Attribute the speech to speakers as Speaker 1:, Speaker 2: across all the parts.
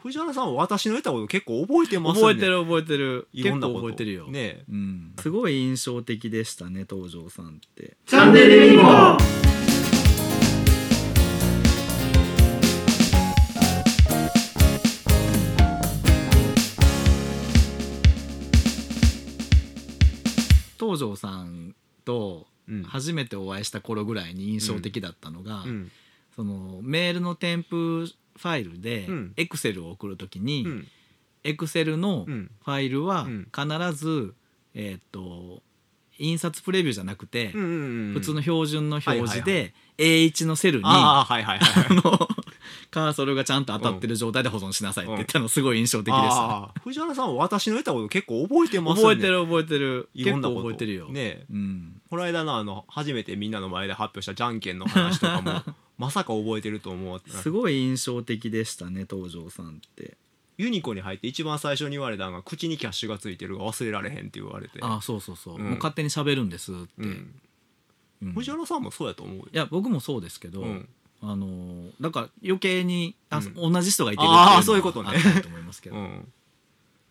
Speaker 1: 藤原さんは私の言ったこと結構覚えてますね
Speaker 2: 覚えてる覚えてる
Speaker 1: いろ
Speaker 2: 結
Speaker 1: んなこ
Speaker 2: 構
Speaker 1: と
Speaker 2: 覚えてるよ、
Speaker 1: ねえ
Speaker 2: うん、すごい印象的でしたね東條さんって
Speaker 3: チャンネルインフォ
Speaker 2: 東條さんと
Speaker 1: うん
Speaker 2: 初めてお会いした頃ぐらいに印象的だったのが、
Speaker 1: うん
Speaker 2: そのメールの添付ファイルで
Speaker 1: うん
Speaker 2: エクセルを送るときに、
Speaker 1: うん
Speaker 2: エクセルの
Speaker 1: う
Speaker 2: フ
Speaker 1: ん
Speaker 2: ァイルは
Speaker 1: うん
Speaker 2: 必ず、えーっと印刷プレビューじゃなくて、
Speaker 1: うんうんうん
Speaker 2: 普通の標準の表示
Speaker 1: は
Speaker 2: で A1 のセルに
Speaker 1: ああはいはいはい
Speaker 2: あのカーソルがちゃんと当たってる状態で保存しなさいって言ったのすごい印象的でした、
Speaker 1: ああ藤原さんは私の言ったこと結構覚えてますね
Speaker 2: 覚えてる覚えてる
Speaker 1: い
Speaker 2: 結
Speaker 1: ろんなこ
Speaker 2: 構
Speaker 1: と
Speaker 2: 覚えてるよ、
Speaker 1: ねえ
Speaker 2: うん、
Speaker 1: この間のあの初めてみんなの前で発表したじゃんけんの話とかも まさか覚えてると思う
Speaker 2: すごい印象的でしたね東條さんって
Speaker 1: ユニコに入って一番最初に言われたのが口にキャッシュがついてるが忘れられへんって言われて
Speaker 2: ああそうそうそう、
Speaker 1: うん
Speaker 2: もう勝手に喋るんですって、
Speaker 1: うん
Speaker 2: うん
Speaker 1: 藤原さんもそうやと思うよ
Speaker 2: いや僕もそうですけど、
Speaker 1: うん
Speaker 2: あのーだから余計にあ、
Speaker 1: う
Speaker 2: 同じ人がいてるっていうの
Speaker 1: あー
Speaker 2: は
Speaker 1: そういうことね
Speaker 2: あったなと思いますけど、
Speaker 1: うん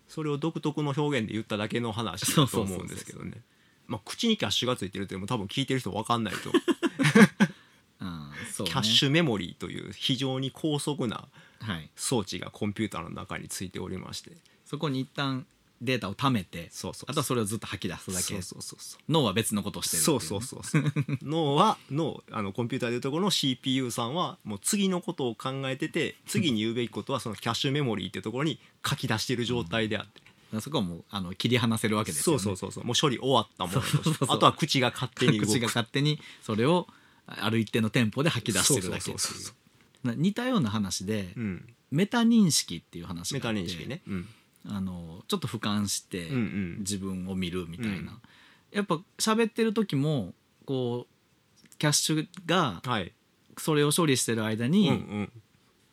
Speaker 1: それを独特の表現で言っただけの話
Speaker 2: そう
Speaker 1: だ
Speaker 2: そ
Speaker 1: と
Speaker 2: うそうそう
Speaker 1: 思うんですけどねまあ口にキャッシュがついてるっていうのも多分聞いてる人分かんないと
Speaker 2: あーそうね
Speaker 1: キャッシュメモリーという非常に高速な
Speaker 2: はい、
Speaker 1: 装置がコンピューターの中についておりまして
Speaker 2: そこに一旦データを貯めて
Speaker 1: そうそう
Speaker 2: あとはそれをずっと吐き出すだけ
Speaker 1: そうそうそうそう
Speaker 2: 脳は別のことをしてるってい
Speaker 1: そうそうそうそう脳は脳あのコンピューターでいうところの CPU さんはもう次のことを考えてて次に言うべきことはそのキャッシュメモリーっていうところに書き出している状態であって、
Speaker 2: だからそこはもうあの切り離せるわけです
Speaker 1: そ
Speaker 2: よ、
Speaker 1: う
Speaker 2: ね、
Speaker 1: そうそうそうもう処理終わったものとして
Speaker 2: そうそうそう
Speaker 1: あとは口が勝手に動く
Speaker 2: 口が勝手にそれをある一定のテンポで吐き出してるだけってい
Speaker 1: そうそうそうそう
Speaker 2: な似たような話で、
Speaker 1: うん、
Speaker 2: メタ認識っていう話
Speaker 1: メ
Speaker 2: が
Speaker 1: タ
Speaker 2: あって
Speaker 1: 認識ね、うん、
Speaker 2: あのちょっと俯瞰して
Speaker 1: うんうん
Speaker 2: 自分を見るみたいな、
Speaker 1: うん
Speaker 2: やっぱ喋ってる時もこうキャッシュが
Speaker 1: はい、
Speaker 2: それを処理してる間
Speaker 1: うんう
Speaker 2: に
Speaker 1: ん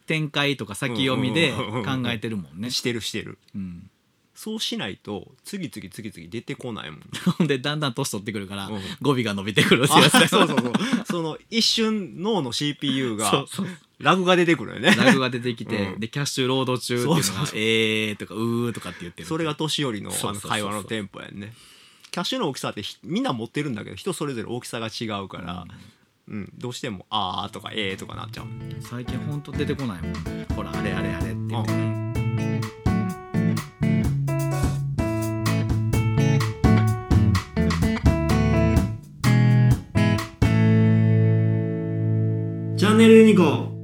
Speaker 2: 展開とか先読みで考えてるもんね。
Speaker 1: してるしてる
Speaker 2: うん、
Speaker 1: そうしないと次々次々出てこないもん
Speaker 2: ほんでだんだん年取ってくるから
Speaker 1: うん
Speaker 2: 語尾が伸びてくるって
Speaker 1: あ
Speaker 2: やつだ
Speaker 1: そう
Speaker 2: よ
Speaker 1: そうそうその一瞬脳の CPU
Speaker 2: そ
Speaker 1: が
Speaker 2: うそう
Speaker 1: ラグが出てくるよね
Speaker 2: ラグが出てきて、
Speaker 1: うん
Speaker 2: でキャッシュロード中っていうのが
Speaker 1: そうそうそ
Speaker 2: えー」とか「うー」とかって言ってる
Speaker 1: それが年寄りの
Speaker 2: そう
Speaker 1: あの
Speaker 2: そうそうそう
Speaker 1: 会話のテンポやんねキャッシュの大きさってひみんな持ってるんだけど人それぞれ大きさが違うから、うんどうしても「あー」とか「えー」とかなっちゃう、
Speaker 2: 最近ほんと出てこないもんほらあれあれあれって言って、
Speaker 3: ンチャンネルユニコーン